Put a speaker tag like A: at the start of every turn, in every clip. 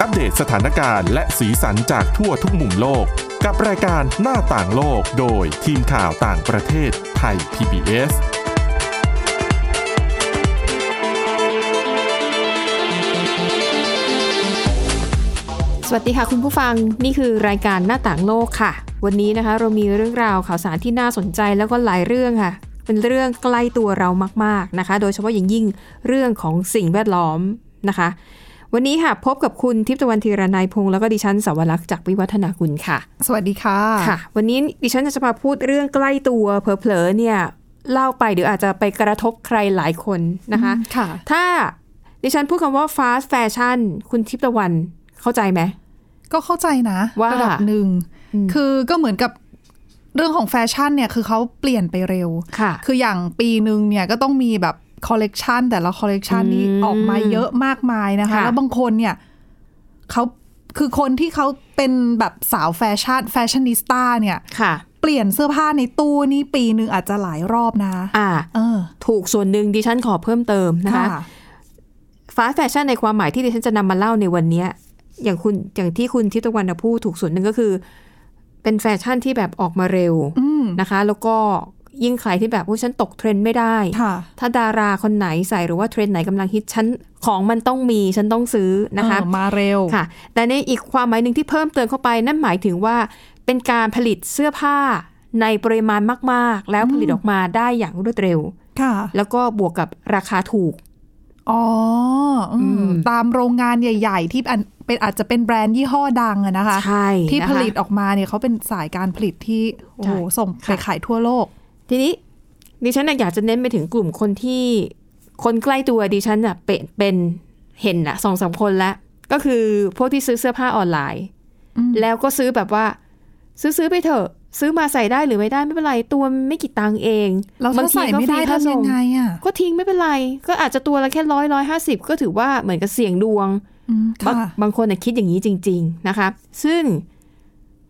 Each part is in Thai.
A: อัปเดตสถานการณ์และสีสันจากทั่วทุกมุมโลก กับรายการหน้าต่างโลกโดยทีมข่าวต่างประเทศไทย PBS
B: สวัสดีค่ะคุณผู้ฟังนี่คือรายการหน้าต่างโลกค่ะ วันนี้นะคะ เรามีเรื่องราวข่าวสารที่น่าสนใจแล้วก็หลายเรื่องค่ะ เป็นเรื่องใกล้ตัวเรามากๆนะคะ โดยเฉพาะอย่างยิ่งเรื่องของสิ่งแวดล้อมนะคะ วันนี้ค่ะพบกับคุณทิพย์ตะวันธีรนายพงษ์แล้วก็ดิฉันสาวรักษ์จากวิวัฒนาคุณค่ะ
C: สวัสดีค่ะ
B: ค่ะ วันนี้ดิฉันจะมาพูดเรื่องใกล้ตัวเผลอๆเนี่ยเล่าไปเดี๋ยวอาจจะไปกระทบใครหลายคนนะคะ
C: ค่ะ
B: ถ้าดิฉันพูดคำว่า fast fashion คุณทิพย์ตะวันเข้าใจไหม
C: ก็เข้าใจนะ
B: ว่า
C: ระดับหนึ่ง คือก็เหมือนกับเรื่องของแฟชั่นเนี่ย คือเขาเปลี่ยนไปเร็ว
B: ค่ะ
C: ออย่างปีหนึ่งเนี่ยก็ต้องมีแบบคอลเลกชันแต่ละคอลเลกชันนี่
B: อืม
C: ออกมาเยอะมากมายนะคะ
B: ค่ะ
C: แล้วบางคนเนี่ยเขาคือคนที่เขาเป็นแบบสาวแฟชั่นแฟชั่นนิสต้าเนี่ย
B: ค่ะ
C: เปลี่ยนเสื้อผ้าในตู้นี่ปีหนึ่งอาจจะหลายรอบนะ
B: อ่า
C: เออ
B: ถูกส่วนหนึ่งดิฉันขอเพิ่มเติมนะคะ ฟาสแฟชั่นในความหมายที่ดิฉันจะนำมาเล่าในวันเนี้ยอย่างคุณอย่างที่คุณทิพย์ตะวันพูดถูกส่วนหนึ่งก็คือ เป็นแฟชั่นที่แบบออกมาเร็ว
C: อืม
B: นะคะ แล้วก็ยิ่งใครที่แบบว่าฉันตกเทรนด์ไม่ได้
C: ค่ะ
B: ถ้าดาราคนไหนใส่หรือว่าเทรนด์ไหนกำลังฮิตฉันของมันต้องมีฉันต้องซื้อนะคะ
C: เออมาเร็ว
B: ค่ะแต่ในอีกความหมายหนึ่งที่เพิ่มเติมเข้าไป นั่นหมายถึงว่าเป็นการผลิตเสื้อผ้าในปริมาณมาก ๆ แล้วผลิตออกมาได้อย่างรวดเร็ว
C: ค่ะ
B: แล้วก็บวกกับราคาถูก
C: อ๋ออืม
B: อืม
C: ตามโรงงานใหญ่ ๆ ที่อันเป็นอาจจะเป็นแบรนด์ยี่ห้อดังอะนะคะ
B: ใช่
C: ที่
B: นะคะ
C: ผลิตออกมาเนี่ยเขาเป็นสายการผลิตที่โอ้โห
B: ใช่
C: ส่งไป
B: ค่ะ
C: ขายทั่วโลก
B: ทีนี้ดิฉันน่ะอยากจะเน้นไปถึงกลุ่มคนที่คนใกล้ตัวดิฉันน่ะเป็นเป็นเห็นน่ะสองสามคนละก็คือพวกที่ซื้อเสื้อผ้าออนไลน์
C: อืม
B: แล้วก็ซื้อแบบว่า ซื้อซื้อไปเถอะ ซื้อมาใส่ได้หรือไม่ได้ไม่เป็นไรตัวไม่กี่ตังค์เอง
C: แล้ว
B: บา
C: ถ้าง
B: ที
C: ใส่
B: ก็
C: ไม่
B: ฟรี
C: ได้
B: ค่าส่
C: ทำยังไงอะ
B: ก็ทิ้งไม่เป็นไร ก็อาจจะตัวละแค่ร้อยร้อยห้าสิบก็ถือว่าเหมือนกับเสี่ยงดวง
C: อืม
B: บาง
C: ค่ะ
B: บางคนน่ะคิดอย่างนี้จริง ๆนะคะ ซึ่ง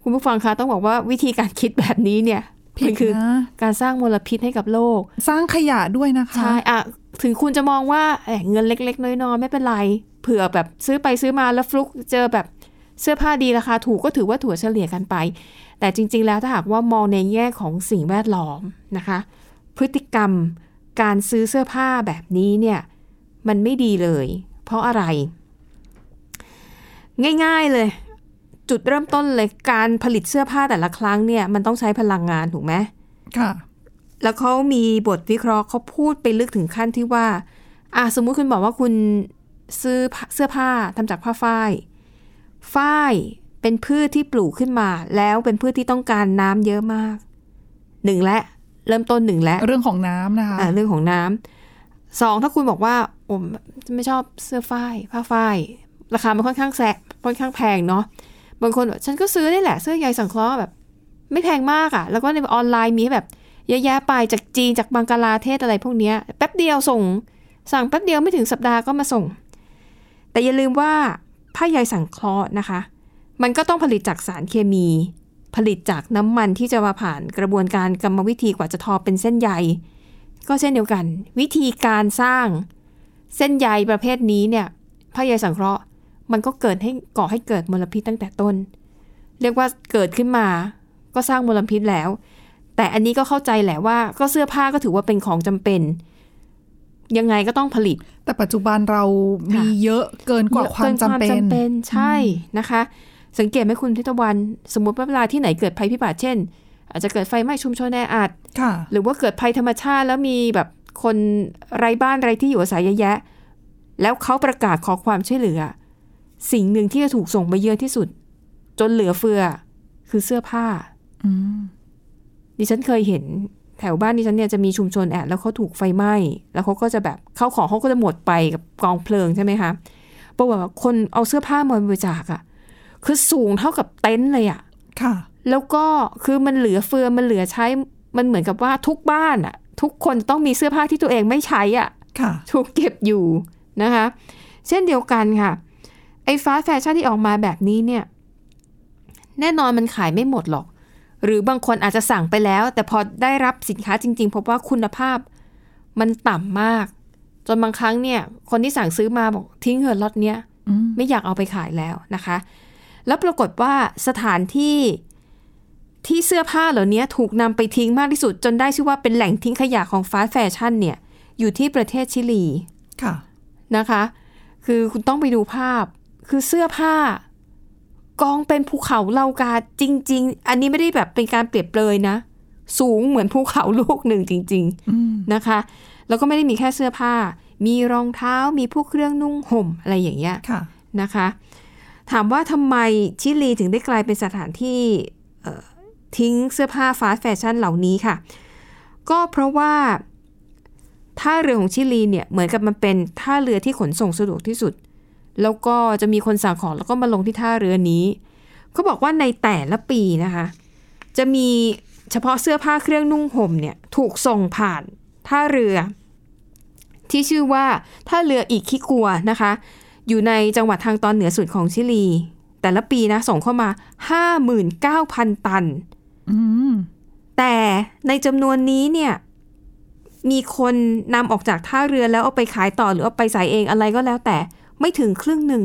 B: คุณผู้ฟังคะต้องบอกว่าวิธีการคิดแบบนี้เนี่ย
C: ผิ
B: มั
C: ด
B: นคือ
C: นะ
B: การสร้างมลพิษให้กับโลก
C: สร้างขยะด้วยนะคะ
B: ใช่อะถึงคุณจะมองว่าเอ่อเงินเล็ก ๆ น้อยๆไม่เป็นไร เผื่อแบบซื้อไปซื้อมาแล้วฟลุกเจอแบบเสื้อผ้าดีราคาถูกก็ถือว่าถั่วเฉลี่ยกันไป แต่จริง ๆ แล้วถ้าหากว่ามองในแง่ของสิ่งแวดล้อมนะคะ พฤติกรรมการซื้อเสื้อผ้าแบบนี้เนี่ย มันไม่ดีเลย เพราะอะไร ง่ายๆเลย จุดเริ่มต้นเลยการผลิตเสื้อผ้าแต่ละครั้งเนี่ยมันต้องใช้พลังงานถูกไหม
C: ค่ะ
B: แล้วเขามีบทวิเคราะห์เขาพูดไปลึกถึงขั้นที่ว่า อ่ะสมมุติคุณบอกว่าคุณซื้อผ้าเสื้อผ้าทำจากผ้าฝ้าย ฝ้ายเป็นพืชที่ปลูกขึ้นมา แล้วเป็นพืชที่ต้องการน้ำเยอะมาก หนึ่งและ เริ่มต้นหนึ่งและ
C: เรื่องของน้ำนะคะ
B: อ่ะเรื่องของน้ำสองถ้าคุณบอกว่าผมไม่ชอบเสื้อฝ้ายผ้าฝ้ายราคามันค่อนข้างแสะค่อนข้างแพงเนาะบางคนบอกฉันก็ซื้อได้แหละเสื้อใยสังเคราะห์แบบ ไม่แพงมากอะ่ะ แล้วก็ในออนไลน์มีให้แบบ เยอะแยะไปจากจีนจากบังกลาเทศอะไรพวกเนี้ยแป๊บเดียวส่ง สั่งแป๊บเดียวไม่ถึงสัปดาห์ก็มาส่ง แต่อย่าลืมว่าผ้าใยสังเคราะห์นะคะ มันก็ต้องผลิตจากสารเคมี ผลิตจากน้ำมันที่จะมาผ่านกระบวนการกรรมวิธีกว่าจะทอเป็นเส้นใย ก็เช่นเดียวกัน วิธีการสร้างเส้นใยประเภทนี้เนี่ยผ้าใยสังเคราะห์ มันก็เกิดให้ก่อให้เกิดมลพิษตั้งแต่ต้น เรียกว่าเกิดขึ้นมาก็สร้างมลพิษแล้ว แต่อันนี้ก็เข้าใจแหละว่าก็เสื้อผ้าก็ถือว่าเป็นของจำเป็น ยังไงก็ต้องผลิต
C: แต่ปัจจุบันเรามี
B: ค่ะ
C: เยอะเกินกว่าความจำเป็
B: กิ
C: น
B: นใช่นะคะ สังเกตไหมคุณทิตวัน สมมติว่าเวลาที่ไหนเกิดภัยพิบัติเช่น อาจจะเกิดไฟไหม้ชุมชนแออัด
C: ค่ะ
B: หรือว่าเกิดภัยธรรมชาติแล้วมีแบบคนไร้บ้านไร้ที่อยู่อาศัยเยอะแยะ แล้วเขาประกาศขอความช่วยเหลือ สิ่งหนึ่งที่จะถูกส่งไปเยอะที่สุด จนเหลือเฟือ คือเสื้อผ้า
C: อืม
B: ดิฉันเคยเห็นแถวบ้านดิฉันเนี่ยจะมีชุมชนแอดแล้วเขาถูกไฟไหม้แล้วเขาก็จะแบบเข้าของเขาก็จะหมดไปกับกองเพลิงใช่ไหมคะปรากฏว่าคนเอาเสื้อผ้ามาบริจาคอะคือสูงเท่ากับเต็นท์เลยอะ
C: ค่ะ
B: แล้วก็คือมันเหลือเฟือมันเหลือใช้มันเหมือนกับว่าทุกบ้านอะทุกคนต้องมีเสื้อผ้าที่ตัวเองไม่ใช้อะ
C: ค่ะ
B: ถูกเก็บอยู่นะคะ เช่นเดียวกันค่ะไอ้ฟ้าแฟชั่นที่ออกมาแบบนี้เนี่ย แน่นอนมันขายไม่หมดหรอก หรือบางคนอาจจะสั่งไปแล้ว แต่พอได้รับสินค้าจริง ๆ พบว่าคุณภาพมันต่ำมาก จนบางครั้งเนี่ย คนที่สั่งซื้อมาบอกทิ้งเถอะล็อตเนี้ย ไม่อยากเอาไปขายแล้วนะคะ แล้วปรากฏว่าสถานที่ที่เสื้อผ้าเหล่านี้ถูกนำไปทิ้งมากที่สุด จนได้ชื่อว่าเป็นแหล่งทิ้งขยะของฟาสต์แฟชั่นเนี่ย อยู่ที่ประเทศชิลี
C: ค่ะ
B: นะคะ คือคุณต้องไปดูภาพ คือเสื้อผ้ากองเป็นภูเขาเหลากาจริง ๆ อันนี้ไม่ได้แบบเป็นการเปรียบเลยนะ สูงเหมือนภูเขาลูกหนึ่งจริง ๆนะคะ แล้วก็ไม่ได้มีแค่เสื้อผ้า มีรองเท้า มีพวกเครื่องนุ่งห่มอะไรอย่างเงี้ย
C: ค่ะ
B: นะคะ ถามว่าทำไมชิลีถึงได้กลายเป็นสถานที่เอ่อทิ้งเสื้อผ้าฟาสต์แฟชั่นเหล่านี้ค่ะ ก็เพราะว่าท่าเรือของชิลีเนี่ยเหมือนกับมันเป็นท่าเรือที่ขนส่งสะดวกที่สุด แล้วก็จะมีคนสั่งของแล้วก็มาลงที่ท่าเรือนี้เขาบอกว่าในแต่ละปีนะคะ จะมีเฉพาะเสื้อผ้าเครื่องนุ่งห่มเนี่ยถูกส่งผ่านท่าเรือ ที่ชื่อว่าท่าเรืออีกคิกัวนะคะ อยู่ในจังหวัดทางตอนเหนือสุดของชิลี แต่ละปีนะส่งเข้ามา 59,000 ตัน
C: อืม
B: แต่ในจำนวนนี้เนี่ยมีคนนำออกจากท่าเรือแล้วเอาไปขายต่อหรือเอาไปใส่เองอะไรก็แล้วแต่ไม่ถึงครึ่งหนึ่ง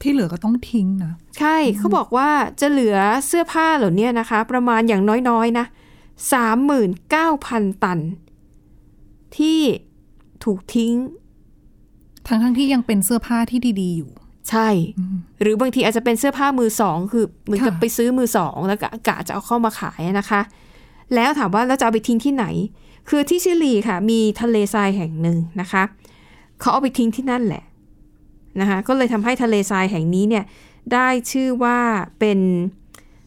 C: ที่เหลือก็ต้องทิ้งนะ
B: ใช่เขาบอกว่าจะเหลือเสื้อผ้าเหล่านี้นะคะ ประมาณอย่างน้อยๆนะ39,000 ตัน ที่ถูกทิ้ง
C: ทั้งทั้งๆที่ยังเป็นเสื้อผ้าที่ดีๆอยู่
B: ใช่ หรือบางทีอาจจะเป็นเสื้อผ้ามือสองคือเหมือนกับ
C: ค่ะ
B: ไปซื้อมือสองแล้วก็กะจะเอาเข้ามาขายนะคะ แล้วถามว่าแล้วจะเอาไปทิ้งที่ไหน คือที่ชิลีค่ะ มีทะเลทรายแห่งหนึ่งนะคะเขาเอาไปทิ้งที่นั่นแหละนะคะก็เลยทำให้ทะเลทรายแห่งนี้เนี่ยได้ชื่อว่าเป็น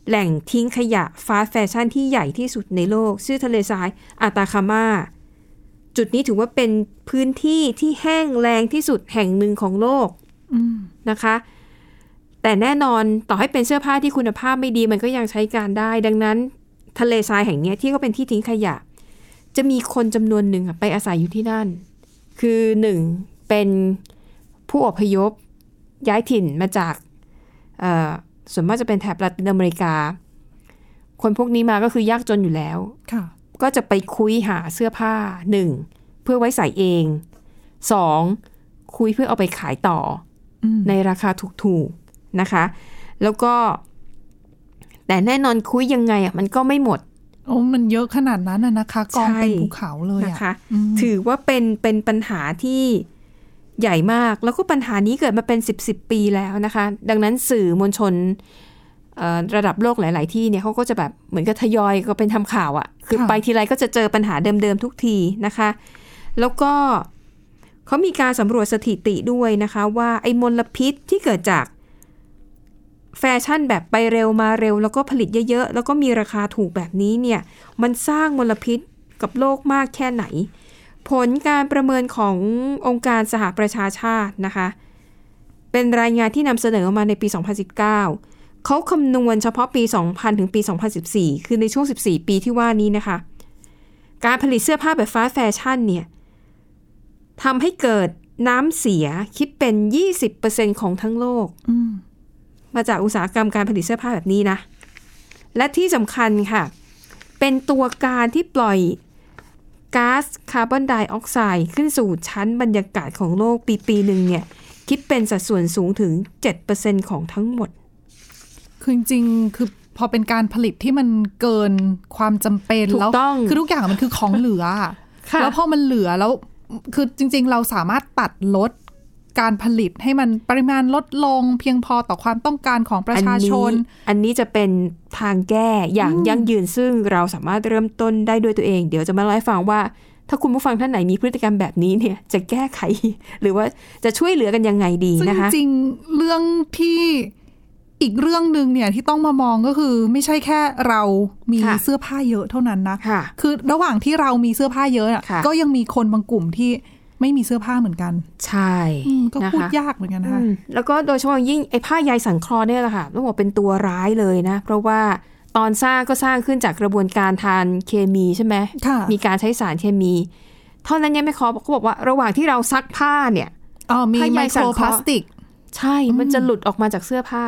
B: แหล่งทิ้งขยะฟาสต์แฟชั่นที่ใหญ่ที่สุดในโลก ชื่อทะเลทรายอาตาคามา จุดนี้ถือว่าเป็นพื้นที่ที่แห้งแล้งที่สุดแห่งหนึ่งของโลก นะคะ แต่แน่นอนต่อให้เป็นเสื้อผ้าที่คุณภาพไม่ดีมันก็ยังใช้การได้ ดังนั้นทะเลทรายแห่งเนี้ยที่ก็เป็นที่ทิ้งขยะ จะมีคนจำนวนหนึ่งอะไปอาศัยอยู่ที่นั่น คือหนึ่งเป็นผู้อพยพย้ายถิ่นมาจากเอ่อส่วนมากจะเป็นแถบละตินอเมริกา คนพวกนี้มาก็คือยากจนอยู่แล้ว
C: ค่ะ
B: ก็จะไปคุยหาเสื้อผ้าหนึ่งเพื่อไว้ใส่เองสองคุยเพื่อเอาไปขายต่ออ
C: ม
B: ในราคาถูกๆนะคะ แล้วก็ แต่แน่นอนคุยยังไงอ่ะมันก็ไม่หมด
C: โอ้มันเยอะขนาดนั้นน่ะนะคะ กองเป็น
B: ใช่
C: ภูเขาเลย
B: นะ
C: อะ
B: คะ
C: อืม
B: ถือว่าเป็นเป็นปัญหาที่ใหญ่มาก แล้วก็ปัญหานี้เกิดมาเป็น 10บสปีแล้วนะคะ ดังนั้นสื่อมวลชนเอ่อระดับโลกหลาย ๆ ที่เนี่ยเขาก็จะแบบเหมือนกับทยอยก็เป็นทำข่าวอะ่ะ คือ
C: ค่ะ
B: ไปทีไรก็จะเจอปัญหาเดิม ๆ ทุกทีนะคะ แล้วก็เขามีการสำรวจสถิติด้วยนะคะว่าไอ้มลพิษที่เกิดจากแฟชั่นแบบไปเร็วมาเร็ว แล้วก็ผลิตเยอะ ๆ แล้วก็มีราคาถูกแบบนี้เนี่ย มันสร้างมลพิษกับโลกมากแค่ไหน ผลการประเมินขององค์การสหประชาชาตินะคะ เป็นรายงานที่นำเสนอออกมาในปี 2019 เขาคำนวณเฉพาะปี 2000 ถึงปี 2014 คือในช่วง 14 ปีที่ว่านี้นะคะ การผลิตเสื้อผ้าแบบฟาสต์แฟชั่นเนี่ยทำให้เกิดน้ำเสียคิดเป็น 20%ของทั้งโลก
C: อืม
B: มาจากอุตสาหกรรมการผลิตเสื้อผ้าแบบนี้นะ และที่สำคัญค่ะ เป็นตัวการที่ปล่อยก๊าซคาร์บอนไดออกไซด์ขึ้นสู่ชั้นบรรยากาศของโลกปีปีหนึ่งเนี่ย คิดเป็นสัดส่วนสูงถึง 7%ของทั้งหมด
C: คือจริงๆคือพอเป็นการผลิตที่มันเกินความจำเป็น
B: ถูก
C: แล้ว
B: ต้อง
C: คือทุกอย่างมันคือของเหลืออะ
B: ค่ะ
C: แล้วพอมันเหลือแล้ว คือจริง ๆ เราสามารถตัดลดการผลิตให้มันปริมาณลดลง เพียงพอต่อความต้องการของประชาชน
B: อัอันนี้จะเป็นทางแก้อย่างยั่งยืนซึ่งเราสามารถเริ่มต้นได้ด้วยตัวเอง เดี๋ยวจะมาเล่าให้ฟังว่า ถ้าคุณผู้ฟังท่านไหนมีพฤติกรรมแบบนี้เนี่ยจะแก้ไข หรือว่า จะช่วยเหลือกันยังไงดี
C: ซึ่ง
B: นะคะ
C: จริงๆเรื่องที่อีกเรื่องหนึ่งเนี่ยที่ต้องมามองก็คือ ไม่ใช่แค่เรามี
B: ค่ะ
C: เสื้อผ้าเยอะเท่านั้นนะ
B: ค่ะ
C: คือระหว่างที่เรามีเสื้อผ้าเยอะอะ
B: ค่ะ
C: ก็ยังมีคนบางกลุ่มที่ไม่มีเสื้อผ้าเหมือนกัน
B: ใช่
C: อืมก็
B: นะคะ
C: พูดยากเหมือนกันนะคะ
B: อืมแล้วก็โดยเฉพาะอย่างยิ่งไอ้ผ้าใยสังเคราะห์เนี่ยแหละค่ะต้องบอกเป็นตัวร้ายเลยนะ เพราะว่าตอนสร้างก็สร้างขึ้นจากกระบวนการทานเคมีใช่ไหม
C: ค่ะ
B: มีการใช้สารเคมี เท่านั้นยังไม่พอเขาบอกว่าระหว่างที่เราซักผ้าเนี่ย
C: อ๋อมี
B: ผ้าใย
C: ไมโค
B: สัง
C: ร
B: เค
C: พ
B: ราะห์
C: ลาสติก
B: ใช่มันจะหลุดออกมาจากเสื้อผ้า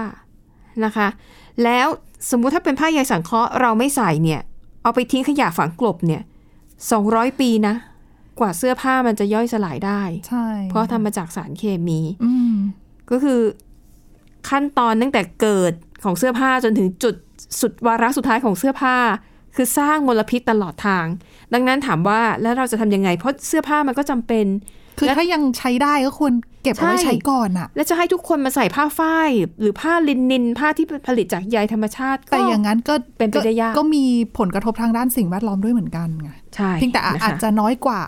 B: นะคะ แล้วสมมุติถ้าเป็นผ้าใยสังเคราะห์เราไม่ใส่เนี่ย เอาไปทิ้งขยะฝังกลบเนี่ยสองร้อยปีนะ กว่าเสื้อผ้ามันจะย่อยสลายได้
C: ใช่
B: เพราะทำมาจากสารเคมี
C: อืม
B: ก็คือขั้นตอนตั้งแต่เกิดของเสื้อผ้าจนถึงจุดสุดวาระสุดท้ายของเสื้อผ้า คือสร้างมลพิษตลอดทาง ดังนั้นถามว่าแล้วเราจะทำยังไง เพราะเสื้อผ้ามันก็จำเป็น
C: คือ
B: และ
C: ถ้ายังใช้ได้ก็ควรเก็บเอาไว้
B: ใช่
C: ใช้ก่อนอะ
B: และจะให้ทุกคนมาใส่ผ้าฝ้าย หรือผ้าลินินผ้าที่ผลิตจากใยธรรมชาติก็
C: แต่อย่างนั้นก็
B: เป็นไปได้ยาก
C: ก็มีผลกระทบทางด้านสิ่งแวดล้อมด้วยเหมือนกันไง
B: ใช่
C: เพียงแต่อา
B: นะคะ
C: อาจจะน้อยกว่า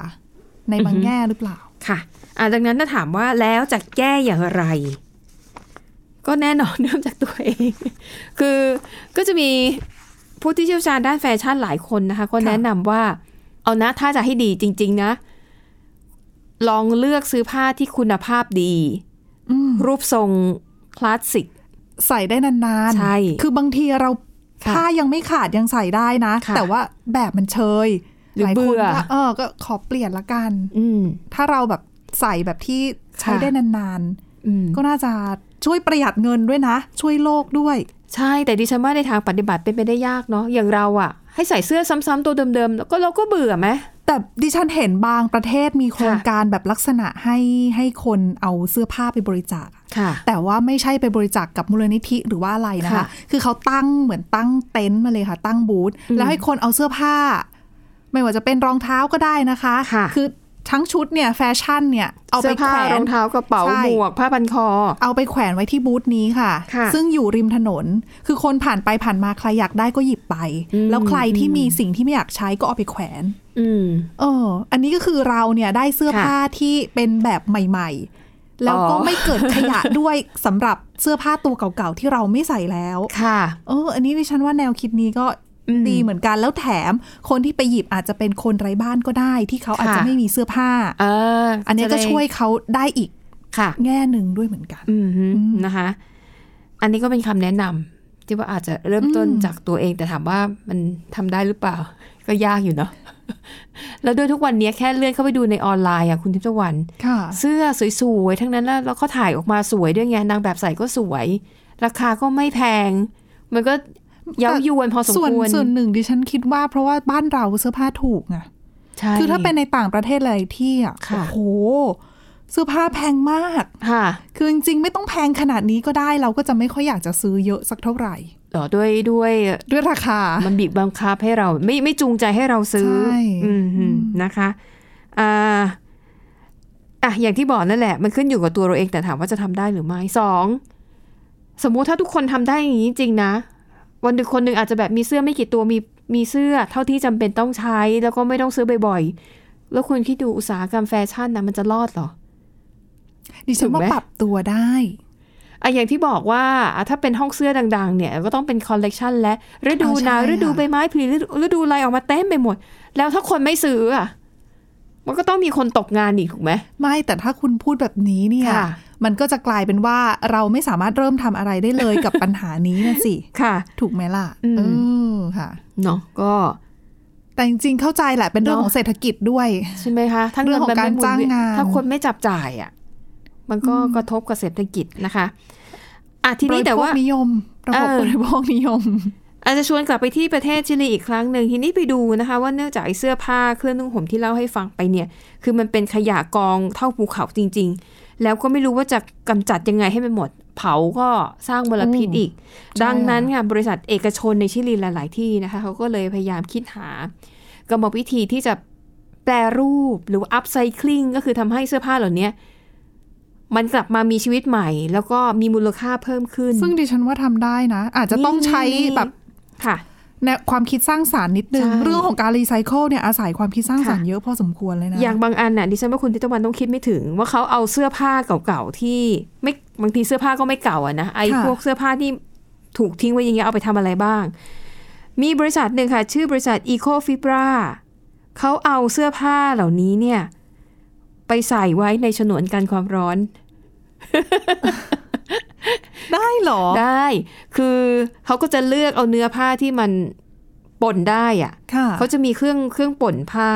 C: ในบาง
B: อือหือ
C: แง่หรือเปล่า
B: ค่ะอ่ะ ดังนั้นถ้าถามว่าแล้วจะแก้อย่างไร ก็แน่นอน เริ่มจากตัวเอง คือก็จะมีผู้ที่เชี่ยวชาญด้านแฟชั่นหลายคนนะคะ ก็
C: ค่ะ
B: แนะนำว่า เอานะถ้าจะให้ดีจริง ๆ นะ ลองเลือกซื้อผ้าที่คุณภาพดี
C: อืม
B: รูปทรงคลาสสิก
C: ใส่ได้นานๆ
B: ใช่
C: คือบางทีเรา
B: ค่ะ
C: ผ้ายังไม่ขาดยังใส่ได้นะ
B: ค่ะ
C: แต่ว่าแบบมันเชย
B: หรือ
C: ลายคน
B: เบื่อ
C: ก็เออก็ขอเปลี่ยนละกัน
B: อืม
C: ถ้าเราแบบใส่แบบที่ใช้
B: ค่ะ
C: ได้นาน
B: อืม
C: ๆ ก็น่าจะช่วยประหยัดเงินด้วยนะ ช่วยโลกด้วย
B: ใช่แต่ดิฉันว่าในทางปฏิบัติเป็นไปได้ยากเนาะอย่างเราอะให้ใส่เสื้อซ้ำๆตัวเดิมๆแล้วก็เราก็เบื่อไหม
C: แต่ดิฉันเห็นบางประเทศมีโครง
B: ค่ะ
C: การแบบลักษณะให้ให้คนเอาเสื้อผ้าไปบริจาค
B: ค่ะ
C: แต่ว่าไม่ใช่ไปบริจาคกับมูลนิธิหรือว่าอะไรนะคะ
B: ค่ะ
C: คือเขาตั้งเหมือนตั้งเต็นท์มาเลยค่ะ ตั้งบูธแล้วให้คนเอาเสื้อผ้า ไม่ว่าจะเป็นรองเท้าก็ได้นะคะ
B: ค่ะ
C: อทั้งชุดเนี่ยแฟชั่นเนี่ยเอาไป
B: สื้
C: แข
B: ผ้
C: วน
B: รองเท้ากระเป๋า
C: ใช่
B: หมวกผ้าพันคอ
C: เอาไปแขวนไว้ที่บูธนี้ค่ะ
B: ค่ะ
C: ซึ่งอยู่ริมถนน คือคนผ่านไปผ่านมาใครอยากได้ก็หยิบไป
B: อืม
C: แล้วใครที่มีสิ่งที่ไม่อยากใช้ก็เอาไปแขวน
B: อืม
C: เออ อันนี้ก็คือเราเนี่ยได้เสื้อ
B: ค่ะ
C: ผ้าที่เป็นแบบใหม่ ๆ แล้วก็
B: อ๋อ
C: ไม่เกิดขยะ ด้วยสำหรับเสื้อผ้าตัวเก่าๆที่เราไม่ใส่แล้ว
B: ค่ะ
C: เออ อันนี้ดิฉันว่าแนวคิดนี้ก็
B: อืม
C: ดีเหมือนกัน แล้วแถมคนที่ไปหยิบอาจจะเป็นคนไร้บ้านก็ได้ ที่เขาอาจจะ
B: ค่ะ
C: ไม่มีเสื้อผ้า
B: เออ
C: อั
B: อั
C: นนี้ก็ช่วยเขาได้อีก
B: ค่ะ
C: แง่หนึ่งด้วยเหมือนกัน
B: อืมฮึ
C: อืม
B: นะคะ อันนี้ก็เป็นคำแนะนำที่ว่าอาจจะเริ่มต้น
C: อืม
B: จากตัวเอง แต่ถามว่ามันทำได้หรือเปล่า ก็ยากอยู่เนาะ แล้วด้วยทุกวันนี้แค่เลื่อนเข้าไปดูในออนไลน์อะคุณทิพย์ตะวัน
C: ค่ะ
B: เสื้อสวยๆ ทั้งนั้นแล้วแล้วก็ถ่ายออกมาสวยด้วยไงนางแบบใส่ก็สวย ราคาก็ไม่แพง มันก็เย้ายวนพอสม
C: ส่วน
B: ควร
C: ส่วนหนึ่งดิฉันคิดว่าเพราะว่าบ้านเราเสื้อผ้าถูกไง
B: ใช่
C: คือถ้าเป็นในต่างประเทศหลายที่อ่ะ
B: ค่ะ
C: โอ้โห เสื้อผ้าแพงมาก
B: ค่ะ
C: คือจริงๆ ไม่ต้องแพงขนาดนี้ก็ได้ เราก็จะไม่ค่อยอยากจะซื้อเยอะสักเท่าไหร่
B: เอ่อด้วยด้วย
C: ด้วยราคา
B: มันบีบบังคับให้เราไม่ไม่จูงใจให้เราซื้อ
C: ใช่
B: อืมฮึนะคะอ่าอ่ะอย่างที่บอกนั่นแหละ มันขึ้นอยู่กับตัวเราเองแต่ถามว่าจะทำได้หรือไม่สองสมมุติถ้าทุกคนทำได้อย่างนี้จริงนะ วันหนึ่งคนหนึ่งอาจจะแบบมีเสื้อไม่กี่ตัวมีมีเสื้อ เท่าที่จำเป็นต้องใช้ แล้วก็ไม่ต้องซื้อบ่อยๆ แล้วคุณคิดดูอุตสาหกรรมแฟชั่นนะมันจะรอดเหรอ
C: ดิฉันว่า
B: ถูกไหม
C: ปรับตัวได้
B: อะอย่างที่บอกว่าอ่ะถ้าเป็นห้องเสื้อดังๆ เนี่ยก็ต้องเป็นคอลเลกชันและฤดู
C: อ๋อใช่
B: หนาว
C: ค่ะ
B: ฤดูใบไม้ผลิฤดูฤดูอะไรออกมาเต็มไปหมด แล้วถ้าคนไม่ซื้ออ่ะมันก็ต้องมีคนตกงานอีกถูกไหม
C: ไม่แต่ถ้าคุณพูดแบบนี้เนี่ย
B: ค่ะ
C: มันก็จะกลายเป็นว่าเราไม่สามารถเริ่มทำอะไรได้เลยกับ ปัญหานี้นะสิ
B: ค่ะ
C: ถูกไหมล่ะ
B: อืม
C: เออค่ะ
B: เนาะก็
C: แต่จริงๆ เข้าใจแหละเป็นเรื่องของเศรษฐกิจด้วย
B: ใช่ไหมคะทั้ง
C: เรื่องของ
B: นมันไม่
C: การจ้าง
B: หมุเวีย
C: งาน
B: ถ้าคนไม่จับจ่ายอ่ะมันก็
C: อืม
B: กระทบกับเศรษฐกิจนะคะอ่ะทีนี้แต่ว่า
C: บริโภคนิยม ระบบ
B: เออ
C: บริโภคนิยม
B: อาจจะชวนกลับไปที่ประเทศชิลีอีกครั้งหนึ่งทีนี้ไปดูนะคะว่าเนื่องจากไอ้เสื้อผ้าเครื่องนุ่งห่มที่เล่าให้ฟังไปเนี่ย คือมันเป็นขยะกองเท่าภูเขาจริง ๆ แล้วก็ไม่รู้ว่าจะกำจัดยังไงให้มันหมด เผาก็สร้างมลพิษ
C: อืม
B: อีก
C: ใช่
B: ดังนั้นค่ะบริษัทเอกชนในชิลีหลาย ๆ ที่นะคะเขาก็เลยพยายามคิดหากรรมวิธีที่จะแปรรูปหรืออัพไซคลิงก็คือทำให้เสื้อผ้าเหล่านี้มันกลับมามีชีวิตใหม่ แล้วก็มีมูลค่าเพิ่มขึ้น
C: ซึ่งดิฉันว่าทำได้นะ อาจจะต้องใช้แบบ
B: ค่ะ
C: แนวความคิดสร้างสารรค์นิดนึง
B: ใช่
C: เรื่องของการรีไซเคิลเนี่ยอาศัยความคิดสร้างสารรค์
B: ค่ะ
C: เยอะพอสมควรเลยนะ
B: อย่างบางอันน่ะดิฉันว่าคุณทิตวันต้องคิดไม่ถึง ว่าเขาเอาเสื้อผ้าเก่าๆที่ไม่บางทีเสื้อผ้าก็ไม่เก่าอะนะไอ้
C: ค่ะ
B: พวกเสื้อผ้าที่ถูกทิ้งไว้อย่างเงี้ยเอาไปทำอะไรบ้าง มีบริษัทหนึ่งค่ะ ชื่อบริษัท Eco Fibra เขาเอาเสื้อผ้าเหล่านี้เนี่ย ไปใส่ไว้ในฉนวนกันความร้อน
C: ได้เหรอ
B: ได้ คือเขาก็จะเลือกเอาเนื้อผ้าที่มันป่นได้อะ
C: ค่ะ
B: เขาจะมีเครื่องเครื่องป่นผ้า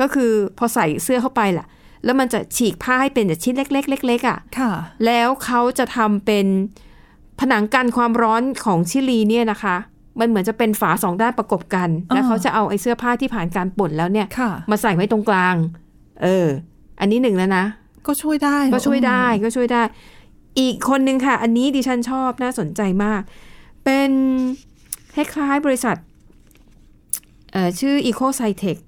B: ก็คือพอใส่เสื้อเข้าไปล่ะ แล้วมันจะฉีกผ้าให้เป็นแบบชิ้นเล็กๆเล็กๆอ่ะ
C: ค่ะ
B: แล้วเขาจะทำเป็นผนังกันความร้อนของชิลีเนี่ยนะคะ มันเหมือนจะเป็นฝาสองด้านประกบกัน
C: อ่า
B: แล้วเขาจะเอาไอ้เสื้อผ้าที่ผ่านการป่นแล้วเนี่ย
C: ค่ะ
B: มาใส่ไว้ตรงกลาง เออ อันนี้หนึ่งแล้วนะ
C: ก็ช่วยได้
B: ก็ช่วยได้ก็ช่วยได้ อีกคนนึงค่ะ อันนี้ดิฉันชอบน่าสนใจมาก เป็นคล้ายๆบริษัทเอ่อชื่อ Eco c y t e c h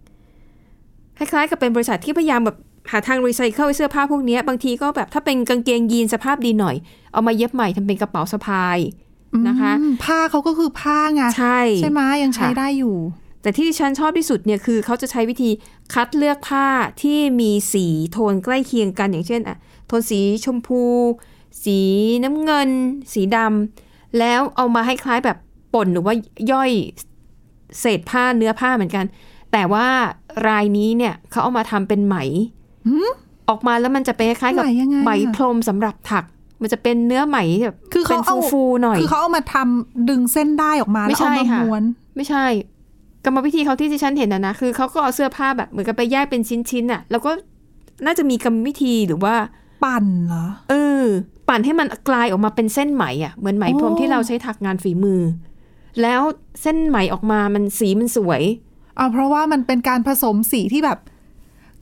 B: คล้ายๆกับเป็นบริษัทที่พยายามแบบหาทางรีไซเคิลเสื้อผ้าพวกเนี้ยบางทีก็แบบถ้าเป็นกางเกงยีนสภาพดีหน่อย เอามาเย็บใหม่ทำเป็นกระเป๋าสะพาย นะคะ
C: อืมผ้าเขาก็คือผ้าไง
B: ใช่
C: ใช่ไหมยังใช้
B: ค่ะ
C: ได้อยู่
B: แต่ที่ดิฉันชอบที่สุดเนี่ยคือเขาจะใช้วิธีคัดเลือกผ้าที่มีสีโทนใกล้เคียงกันอย่างเช่นอ่ะโทนสีชมพู สีน้ำเงิน สีดำแล้วเอามาให้คล้ายแบบป่นหรือว่าย่อยเศษผ้าเนื้อผ้าเหมือนกัน แต่ว่ารายนี้เนี่ยเขาเอามาทำเป็นไหม
C: หืม
B: ออกมาแล้วมันจะเป็นคล้ายๆกับ
C: ไหมยังไงอะ
B: ไหมพรมสำหรับถัก มันจะเป็นเนื้อไหมแบบ
C: คือ
B: เป็น
C: เขาเอา
B: ฟูๆหน่อย
C: คือเขาเอามาทำดึงเส้นได้ออกมา
B: ไม่
C: แล้วเอา
B: ใช่
C: มา
B: ค่ะ
C: ม้วน
B: ไม่ใช่ กรรมวิธีเขาที่ที่ฉันเห็นนะนะคือเขาก็เอาเสื้อผ้าแบบเหมือนกับไปแยกเป็นชิ้นๆน่ะ แล้วก็น่าจะมีกรรมวิธีหรือว่า
C: ปั่นเหรอ
B: เออ ปั่นให้มันกลายออกมาเป็นเส้นไหมอ่ะเหมือนไหมพรม
C: โอ้
B: ที่เราใช้ถักงานฝีมือ แล้วเส้นไหมออกมามันสีมันสวย
C: เอาเพราะว่ามันเป็นการผสมสีที่แบบ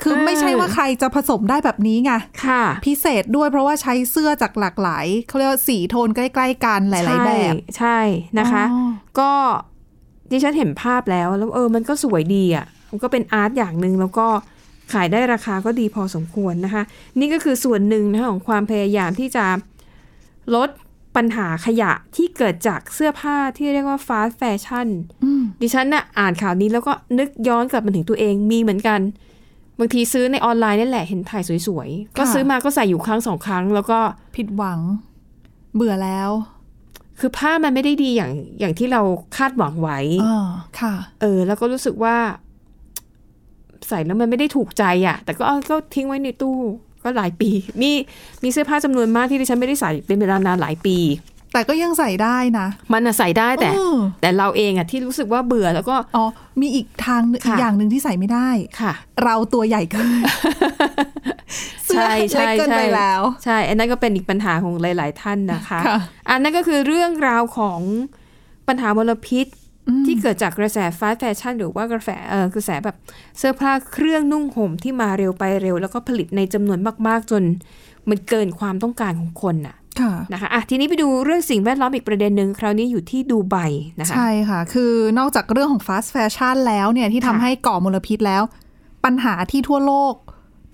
C: คือ
B: เออ
C: ไม่ใช่ว่าใครจะผสมได้แบบนี้ไง
B: ค่ะ
C: พิเศษด้วยเพราะว่าใช้เสื้อจากหลากหลายเขาเรียกว่าสีโทนใกล้ ๆ กันหลาย ๆ แบบ
B: ใช่ใช่นะคะ
C: อ๋อ
B: ก็ดิฉันเห็นภาพแล้วแล้วเออมันก็สวยดีอ่ะมันก็เป็นอาร์ตอย่างหนึ่งแล้วก็ขายได้ราคาก็ดีพอสมควรนะคะ นี่ก็คือส่วนหนึ่งนะคะของความพยายามที่จะลดปัญหาขยะที่เกิดจากเสื้อผ้าที่เรียกว่าฟาสต์แฟชั่น
C: อืม
B: ดิฉันน่ะอ่านข่าวนี้แล้วก็นึกย้อนกลับมาถึงตัวเองมีเหมือนกัน บางทีซื้อในออนไลน์นั่นแหละเห็นถ่ายสวยๆ ก็ซื้อมาก็ใส่อยู่ครั้งสองครั้ง แล้วก็
C: ผิดหวัง เบื่อแล้ว
B: คือผ้ามันไม่ได้ดีอย่างอย่างที่เราคาดหวังไว้
C: อ่าค่ะ
B: เออแล้วก็รู้สึกว่า ใส่แล้วมันไม่ได้ถูกใจอะ่ะ แต่ก็เอาก็ทิ้งไว้ในตู้ก็หลายปี มีมีเสื้อผ้าจำนวนมากที่ดิฉันไม่ได้ใส่เป็นเวลานานหลายปี
C: แต่ก็ยังใส่ได้นะ
B: มันอะใส่ได้แต่
C: เออ
B: แต่เราเองอะ่ะที่รู้สึกว่าเบื่อแล้วก็
C: อ๋อมีอีกทางหนึ่ง
B: ค่ะ
C: อีกอย่างหนึ่งที่ใส่ไม่ได้
B: ค่ะ
C: เราตัวใหญ่ เกินเสื้อ
B: ใช่
C: เล็
B: ใช่
C: กเกิน
B: ใช่
C: ไปแล้ว
B: ใช่ อันนั้นก็เป็นอีกปัญหาของหลาย ๆ ท่านนะคะ
C: ค่ะ
B: อันนั้นก็คือเรื่องราวของปัญหามลพิษ
C: อืม
B: ที่เกิดจากกระแสฟาสต์แฟชั่นหรือว่ากระแสเออกระแสแบบเสื้อผ้าเครื่องนุ่งห่มที่มาเร็วไปเร็ว แล้วก็ผลิตในจำนวนมาก ๆ จนมันเกินความต้องการของคนน่ะ
C: ค่ะ
B: นะคะอ่ะทีนี้ไปดูเรื่องสิ่งแวดล้อมอีกประเด็นหนึ่งคราวนี้อยู่ที่ดูไบนะคะ
C: ใช่ค่ะ คือนอกจากเรื่องของฟาสต์แฟชั่นแล้วเนี่ยที่ทำ
B: ค่ะ
C: ให้ก่อมลพิษแล้ว ปัญหาที่ทั่วโลก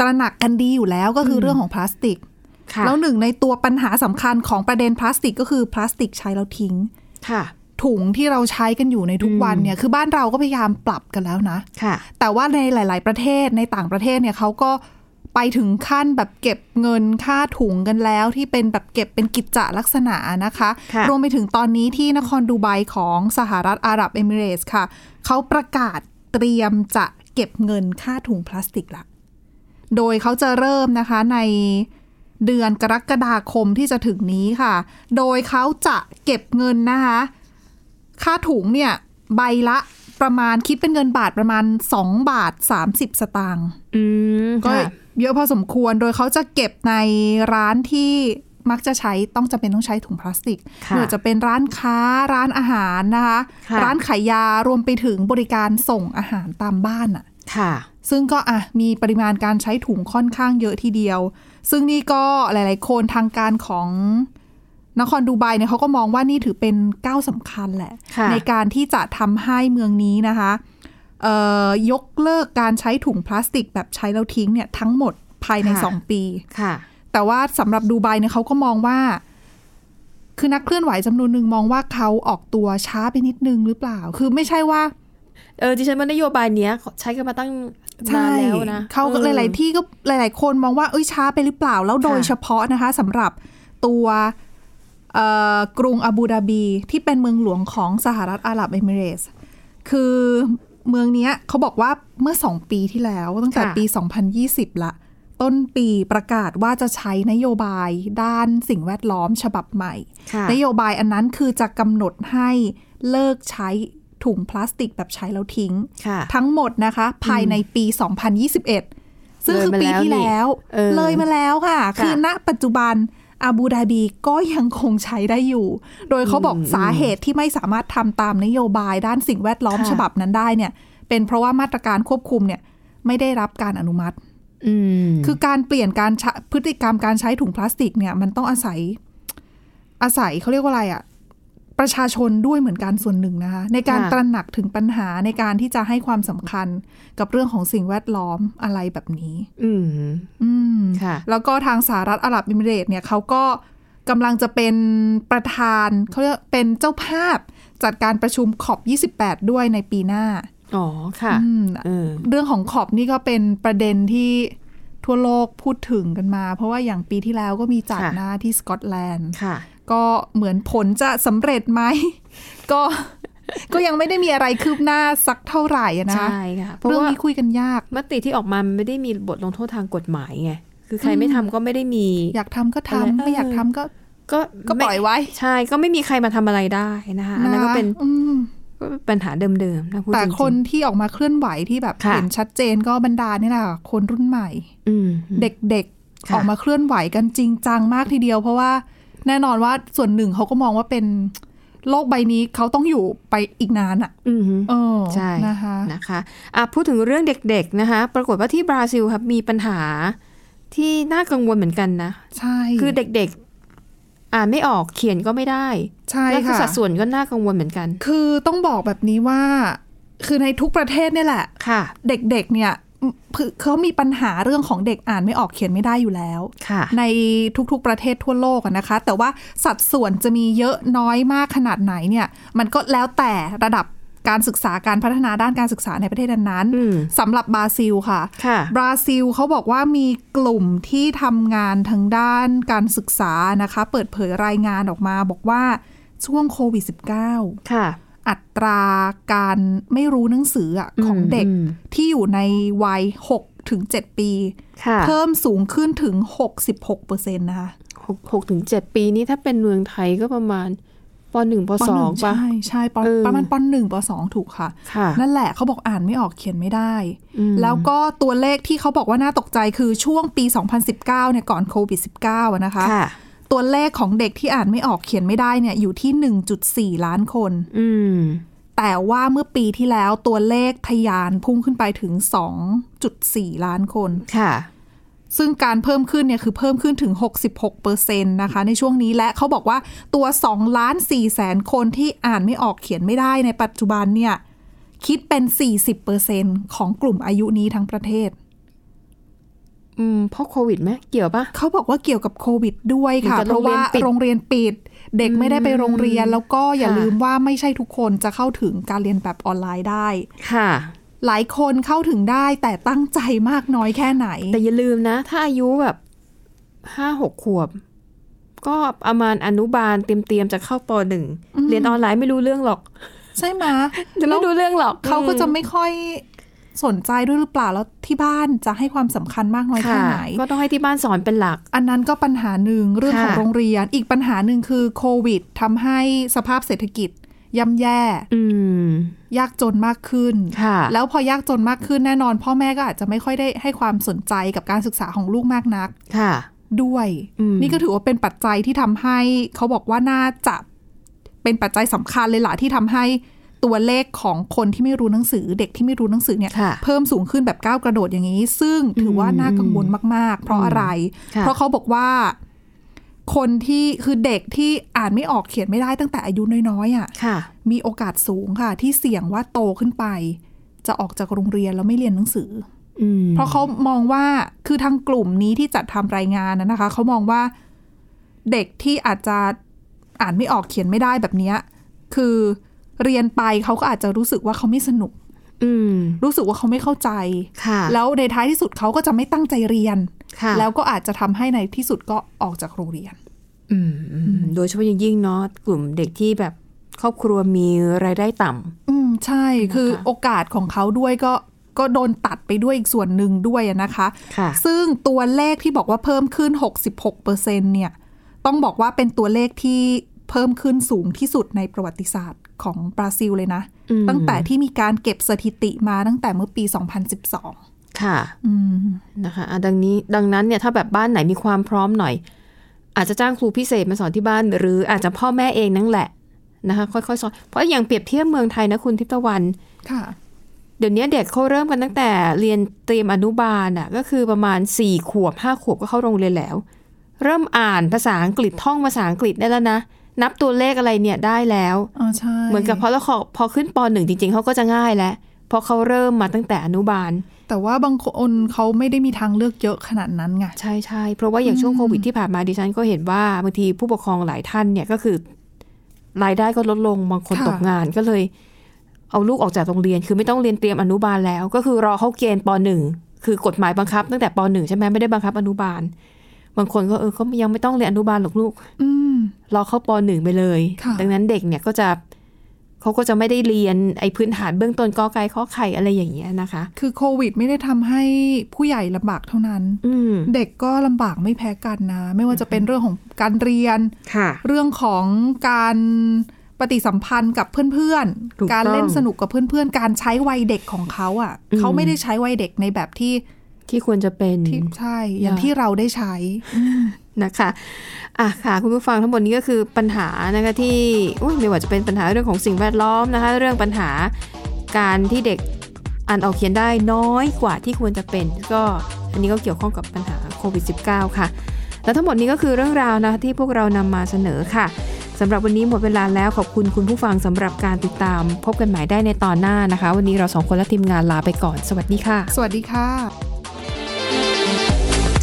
C: ตระหนักกันดีอยู่แล้วก็คืออ
B: ม
C: เรื่องของพลาสติก
B: ค่ะ
C: แล้วหนึ่งในตัวปัญหาสำคัญของประเด็นพลาสติกก็คือพลาสติกใช้แล้วทิ้ง
B: ค่ะ
C: ถุงที่เราใช้กันอยู่ในทุก
B: อืม
C: วันเนี่ยคือบ้านเราก็พยายามปรับกันแล้วนะ
B: ค่ะ
C: แต่ว่าในหลาย ๆ ประเทศในต่างประเทศเนี่ยเขาก็ไปถึงขั้นแบบเก็บเงินค่าถุงกันแล้วที่เป็นแบบเก็บเป็นกิจจลักษณะนะคะ
B: ค่ะ
C: รวมไปถึงตอนนี้ที่นครดูไบของสหรัฐอาหรับเอมิเรตส์ค่ะ เขาประกาศเตรียมจะเก็บเงินค่าถุงพลาสติกละ โดยเขาจะเริ่มนะคะในเดือนกรกฎาคมที่จะถึงนี้ค่ะ โดยเขาจะเก็บเงินนะคะ ค่าถุงเนี่ยใบละประมาณคิดเป็นเงินบาทประมาณ 2 บาท 30 สตางค์
B: อืม
C: ก็
B: ค่ะ
C: เยอะพอสมควรโดยเขาจะเก็บในร้านที่มักจะใช้ต้องจำเป็นต้องใช้ถุงพลาสติก
B: ค่ะ
C: ไม่ว่าจะเป็นร้านค้าร้านอาหารนะคะ
B: ค่ะ
C: ร้านขายยารวมไปถึงบริการส่งอาหารตามบ้านอะ
B: ค่ะ
C: ซึ่งก็อ่ะมีปริมาณการใช้ถุงค่อนข้างเยอะทีเดียว ซึ่งนี่ก็หลาย ๆ คนทางการของนครดูไบเนี่ยเขาก็มองว่านี่ถือเป็นก้าวสำคัญแหละ
B: ค่ะ
C: ในการที่จะทำให้เมืองนี้นะคะเอ่อยกเลิกการใช้ถุงพลาสติกแบบใช้แล้วทิ้งเนี่ยทั้งหมดภายใน
B: ค่ะ
C: 2 ปี
B: ค่ะ
C: แต่ว่าสำหรับดูไบเนี่ยเขาก็มองว่า คือนักเคลื่อนไหวจำนวนหนึ่งมองว่าเขาออกตัวช้าไปนิดนึงหรือเปล่า คือไม่ใช่ว่า
B: เออดิฉันว่านโยบายเนี้ยใช้กันมาตั้งนานแล้วนะ
C: เขาก็
B: ออ
C: หลาย ๆ ที่ก็หลาย ๆ คนมองว่าเอ้ยช้าไปหรือเปล่า แล้วโดย
B: ค่ะ
C: เฉพาะนะคะสำหรับตัวเอ่อกรุงอาบูดาบีที่เป็นเมืองหลวงของสหรัฐอาหรับเอมิเรตส์คือเมืองเนี้ยเขาบอกว่าเมื่อ 2 ปีที่แล้ว ตั้งแต่ปี 2020 ละ ต้นปีประกาศว่าจะใช้นโยบายด้านสิ่งแวดล้อมฉบับใหม่
B: ค่ะ
C: นโยบายอันนั้นคือจะกำหนดให้เลิกใช้ถุงพลาสติกแบบใช้แล้วทิ้ง
B: ค่ะ
C: ทั้งหมดนะคะ ภายในปี 2021 ซึ่งคือปีที่แล้ว
B: เออ
C: เลยมาแล้วค่ะ
B: ค่ะ
C: คือณปัจจุบันอาบูดาบีก็ยังคงใช้ได้อยู่ โดยเขาบอกสาเหตุที่ไม่สามารถทำตามนโยบายด้านสิ่งแวดล้อม
B: ค่ะ
C: ฉบับนั้นได้เนี่ย เป็นเพราะว่ามาตรการควบคุมเนี่ย ไม่ได้รับการอนุมัติ
B: อืม
C: คือการเปลี่ยนการใช้พฤติกรรมการใช้ถุงพลาสติกเนี่ยมันต้องอาศัย อาศัยเขาเรียกว่าอะไรอะประชาชนด้วยเหมือนกันส่วนหนึ่งนะคะ ในการตระหนักถึงปัญหาในการที่จะให้ความสำคัญกับเรื่องของสิ่งแวดล้อมอะไรแบบนี้
B: อืม
C: อืม
B: ค่ะ
C: แล้วก็ทางสหรัฐอาหรับเอมิเรตส์เนี่ยเขาก็กำลังจะเป็นประธานเขาเรียกเป็นเจ้าภาพจัดการประชุมขอบ 28 ด้วยในปีหน้า
B: อ๋อค่ะ
C: อืม
B: เออ
C: เรื่องของขอบนี่ก็เป็นประเด็นที่ทั่วโลกพูดถึงกันมา เพราะว่าอย่างปีที่แล้วก็มีจัดหน้าที่สกอตแลนด์
B: ค่ะ
C: ก็เหมือนผลจะสำเร็จไหม ก็ก็ยังไม่ได้มีอะไรคืบหน้าสักเท่าไหร่อะนะ
B: ใช่ค่ะ เพราะ
C: เรื่อง
B: ว่า
C: นี้คุยกันยาก
B: มติที่ออกมามันไม่ได้มีบทลงโทษทางกฎหมายไง คือใครไม่ทำก็ไม่ได้มี
C: อยากทำก็
B: เออ
C: ทำไม่อยากทำก็
B: ก็
C: ก็ปล่อย
B: ไม่
C: ไว้
B: ใช่ก็ไม่มีใครมาทำอะไรได้นะคะอันนั้นก็เป็น
C: อืม
B: ก็เป็นปัญหาเดิมๆนะพูดจ
C: แต่
B: ริงๆ
C: คนที่ออกมาเคลื่อนไหวที่แบบ
B: ค่ะ
C: เห็นชัดเจนก็บรรดานี่แหละค่ะคนรุ่นใหม่
B: อืม
C: เด็ก
B: ค่ะ
C: ๆออกมาเคลื่อนไหวกันจริงจังมากทีเดียว เพราะว่าแน่นอนว่าส่วนหนึ่งเขาก็มองว่าเป็นโลกใบนี้เขาต้องอยู่ไปอีกนานอ่ะ
B: อืม
C: เออ
B: ใช่
C: นะคะ
B: นะคะอ่ะพูดถึงเรื่องเด็กๆนะคะ ปรากฏว่าที่บราซิลครับมีปัญหาที่น่ากังวลเหมือนกันนะ
C: ใช่
B: คือเด็กๆ อ่านไม่ออกเขียนก็ไม่ได้
C: ใช่
B: แล้วคือ
C: ค่ะ
B: สัดส่วนก็น่ากังวลเหมือนกัน
C: คือต้องบอกแบบนี้ว่า คือในทุกประเทศเนี่ยแหละ
B: ค่ะ
C: เด็กๆเนี่ยคือเขามีปัญหาเรื่องของเด็กอ่านไม่ออกเขียนไม่ได้อยู่แล้ว
B: ค่ะ
C: ในทุกๆประเทศทั่วโลกอะนะคะ แต่ว่าสัดส่วนจะมีเยอะน้อยมากขนาดไหนเนี่ย มันก็แล้วแต่ระดับการศึกษาการพัฒนาด้านการศึกษาในประเทศนั้น
B: อืม
C: ๆสำหรับบราซิลค่ะ
B: ค่ะ
C: บราซิลเขาบอกว่ามีกลุ่มที่ทำงานทางด้านการศึกษานะคะ เปิดเผยรายงานออกมาบอกว่าช่วงโควิด -19
B: ค่ะ
C: อัตราการไม่รู้หนังสืออะของ
B: อืม
C: เด็ก
B: อืม
C: ที่อยู่ในวัย6ถึง7ปี
B: ค่ะ
C: เพิ่มสูงขึ้นถึง 66%นะคะ
B: หกหกถึงเจ็ดปีนี้ถ้าเป็นเมืองไทยก็ประมาณปหนึ่งปสอง
C: ปหนึ่
B: ปะ
C: ใช่ใช่ป
B: เออ
C: ประมาณปหนึ่งปสองถูกค่ะ
B: ค่ะ
C: นั่นแหละเขาบอกอ่านไม่ออกเขียนไม่ได้
B: อืม
C: แล้วก็ตัวเลขที่เขาบอกว่าน่าตกใจคือช่วงปี 2019เนี่ยก่อนโควิด -19 อะนะคะ
B: ค่ะ
C: ตัวเลขของเด็กที่อ่านไม่ออกเขียนไม่ได้เนี่ยอยู่ที่ 1.4 ล้านคน
B: อืม
C: แต่ว่าเมื่อปีที่แล้วตัวเลขทะยานพุ่งขึ้นไปถึง 2.4 ล้านคน
B: ค่ะ
C: ซึ่งการเพิ่มขึ้นเนี่ยคือเพิ่มขึ้นถึง 66%นะคะในช่วงนี้และเขาบอกว่าตัว 2 ล้าน4แสนคนที่อ่านไม่ออกเขียนไม่ได้ในปัจจุบันเนี่ยคิดเป็น 40%ของกลุ่มอายุนี้ทั้งประเทศ
B: อืมเพราะโควิดไหมเกี่ยวปะ
C: เขาบอกว่าเกี่ยวกับโควิดด้วยค่ะ
B: เหมือนกับ
C: เพราะว่าโร
B: โรงงเรี
C: เรีย
B: ย
C: น
B: น
C: ปิด เด็กไม่ได้ไปโรงเรียน แล้วก็อย่า
B: ค่ะ
C: ลืมว่าไม่ใช่ทุกคนจะเข้าถึงการเรียนแบบออนไลน์ได้
B: ค่ะ
C: หลายคนเข้าถึงได้แต่ตั้งใจมากน้อยแค่ไหน
B: แต่อย่าลืมนะ ถ้าอายุแบบห้าหกขวบ ก็ประมาณอนุบาลเตรียมๆจะเข้าปหนึ่ง
C: อืม
B: เรียนออนไลน์ไม่รู้เรื่องหรอก
C: ใช่ไหม
B: จะไม่รู้เรื่องหรอก
C: เขาก็จะ
B: อืม
C: ไม่ค่อยสนใจด้วยหรือเปล่าแล้วที่บ้านจะให้ความสำคัญมากน้อยแค่
B: ค่ะ
C: ไหน
B: ก็ต้องให้ที่บ้านสอนเป็นหลัก
C: อันนั้นก็ปัญหาหนึ่งเรื่อง
B: ค่ะ
C: ของโรงเรียน อีกปัญหาหนึ่งคือโควิดทำให้สภาพเศรษฐกิจย่ำแย่
B: อืม
C: ยากจนมากขึ้น
B: ค่ะ
C: แล้วพอยากจนมากขึ้นแน่นอน พ่อแม่ก็อาจจะไม่ค่อยได้ให้ความสนใจกับการศึกษาของลูกมากนัก
B: ค่ะ
C: ด้วย
B: อืม
C: นี่ก็ถือว่าเป็นปัจจัยที่ทำให้เขาบอกว่าน่าจะเป็นปัจจัยสำคัญเลยล่ะที่ทำให้ตัวเลขของคนที่ไม่รู้หนังสือ เด็กที่ไม่รู้หนังสือเนี่ย
B: ค่ะ
C: เพิ่มสูงขึ้นแบบก้าวกระโดดอย่างนี้ ซึ่งถือว่าน่ากังวลมาก ๆ เพราะอะไร
B: ค่ะ
C: เพราะเขาบอกว่า คนที่คือเด็กที่อ่านไม่ออกเขียนไม่ได้ตั้งแต่อายุน้อยๆอ่ะ
B: ค่ะ
C: มีโอกาสสูงค่ะ ที่เสี่ยงว่าโตขึ้นไป จะออกจากโรงเรียนแล้วไม่เรียนหนังสือ
B: อืม
C: เพราะเขามองว่าคือทางกลุ่มนี้ที่จัดทำรายงานนะนะคะเขามองว่าเด็กที่อาจจะอ่านไม่ออกเขียนไม่ได้แบบเนี้ยคือเรียนไปเขาก็อาจจะรู้สึกว่าเขาไม่สนุก
B: อืม
C: รู้สึกว่าเขาไม่เข้าใจ
B: ค่ะ
C: แล้วในท้ายที่สุดเขาก็จะไม่ตั้งใจเรียน
B: ค่ะ
C: แล้วก็อาจจะทำให้ในที่สุดก็ออกจากโรงเรียน
B: อืมอืมโดยเฉพาะอย่างยิ่งเนาะกลุ่มเด็กที่แบบครอบครัวมีรายได้ต่ำ
C: อืมใช่ คือโอกาสของเขาด้วยก็ก็โดนตัดไปด้วยอีกส่วนหนึ่งด้วยอะนะคะ
B: ค่ะ
C: ซึ่งตัวเลขที่บอกว่าเพิ่มขึ้น 66เปอร์เซ็นเนี่ย ต้องบอกว่าเป็นตัวเลขที่เพิ่มขึ้นสูงที่สุดในประวัติศาสตร์ของบราซิลเลยนะ
B: อืม
C: ตั้งแต่ที่มีการเก็บสถิติมาตั้งแต่เมื่อปี 2012
B: ค่ะ
C: อืม
B: นะคะอ่ะดังนี้ดังนั้นเนี่ยถ้าแบบบ้านไหนมีความพร้อมหน่อย อาจจะจ้างครูพิเศษมาสอนที่บ้าน หรืออาจจะพ่อแม่เองนั่นแหละนะคะค่อยๆสอนเพราะอย่างเปรียบเทียบเมืองไทยนะคุณทิพย์ตะวัน
C: ค่ะ
B: เดี๋ยวนี้เด็กเขาเริ่มกันตั้งแต่เรียนเตรียมอนุบาลอ่ะก็คือประมาณสี่ขวบห้าขวบก็เข้าโรงเรียนแล้ว เริ่มอ่านภาษาอังกฤษท่องภาษาอังกฤษได้แล้วนะ นับตัวเลขอะไรเนี่ยได้แล้ว
C: อ๋อใช่
B: เหมือนกับพอแล้วเขาพอขึ้นปหนึ่งจริง ๆเขาก็จะง่ายแล้วเพราะเขาเริ่มมาตั้งแต่อนุบาล
C: แต่ว่าบางคนเขาไม่ได้มีทางเลือกเยอะขนาดนั้นไง
B: ใช่ใช่เพราะว่าอย่างช่วงโควิดที่ผ่านมาดิฉันก็เห็นว่าบางทีผู้ปกครองหลายท่านเนี่ยก็คือ รายได้ก็ลดลงบางคน
C: ค่ะ
B: ตกงานก็เลย เอาลูกออกจากโรงเรียน คือไม่ต้องเรียนเตรียมอนุบาลแล้ว ก็คือรอเข้าเกณฑ์ปหนึ่งคือกฎหมายบังคับ ตั้งแต่ปหนึ่งใช่ไหมไม่ได้บังคับอนุบาล บางคนก็เออก็ยังไม่ต้องเรียนอนุบาลหรอกลูก
C: อืม
B: รอเข้าปหนึ่งไปเลย
C: ค่ะ
B: ดังนั้นเด็กเนี่ยก็จะเขาก็จะไม่ได้เรียนไอ้พื้นฐานเบื้องต้นกอไก่ข้อไข่อะไรอย่างเงี้ยนะคะ
C: คือโควิดไม่ได้ทำให้ผู้ใหญ่ลำบากเท่านั้น
B: อืม
C: เด็กก็ลำบากไม่แพ้กันนะ ไม่ว่าจะเป็นเรื่องของการเรียน
B: ค่ะ
C: เรื่องของการปฏิสัมพันธ์กับเพื่อน
B: ถูก
C: ๆ การเล่น
B: ต้อง
C: สนุกกับเพื่อนๆ การใช้วัยเด็กของเขาอ่ะ
B: อืม
C: เขาไม่ได้ใช้วัยเด็กในแบบที่
B: ที่ควรจะเป็น
C: ที่ใช่อย่าง
B: ค่ะ
C: ที่เราได้ใช้
B: นะคะอ่ะค่ะ คุณผู้ฟังทั้งหมดนี้ก็คือปัญหานะคะที่อุ๊ยไม่ว่าจะเป็นปัญหาเรื่องของสิ่งแวดล้อมนะคะ เรื่องปัญหาการที่เด็กอ่านออกเขียนได้น้อยกว่าที่ควรจะเป็น ก็อันนี้ก็เกี่ยวข้องกับปัญหาโควิด -19 ค่ะ และทั้งหมดนี้ก็คือเรื่องราวนะคะที่พวกเรานำมาเสนอค่ะสำหรับวันนี้หมดเวลาแล้วขอบคุณคุณผู้ฟังสำหรับการติดตาม พบกันใหม่ได้ในตอนหน้านะคะ วันนี้เราสองคนและทีมงานลาไปก่อนสวัสดีค่ะ
C: สวัสดีค่ะ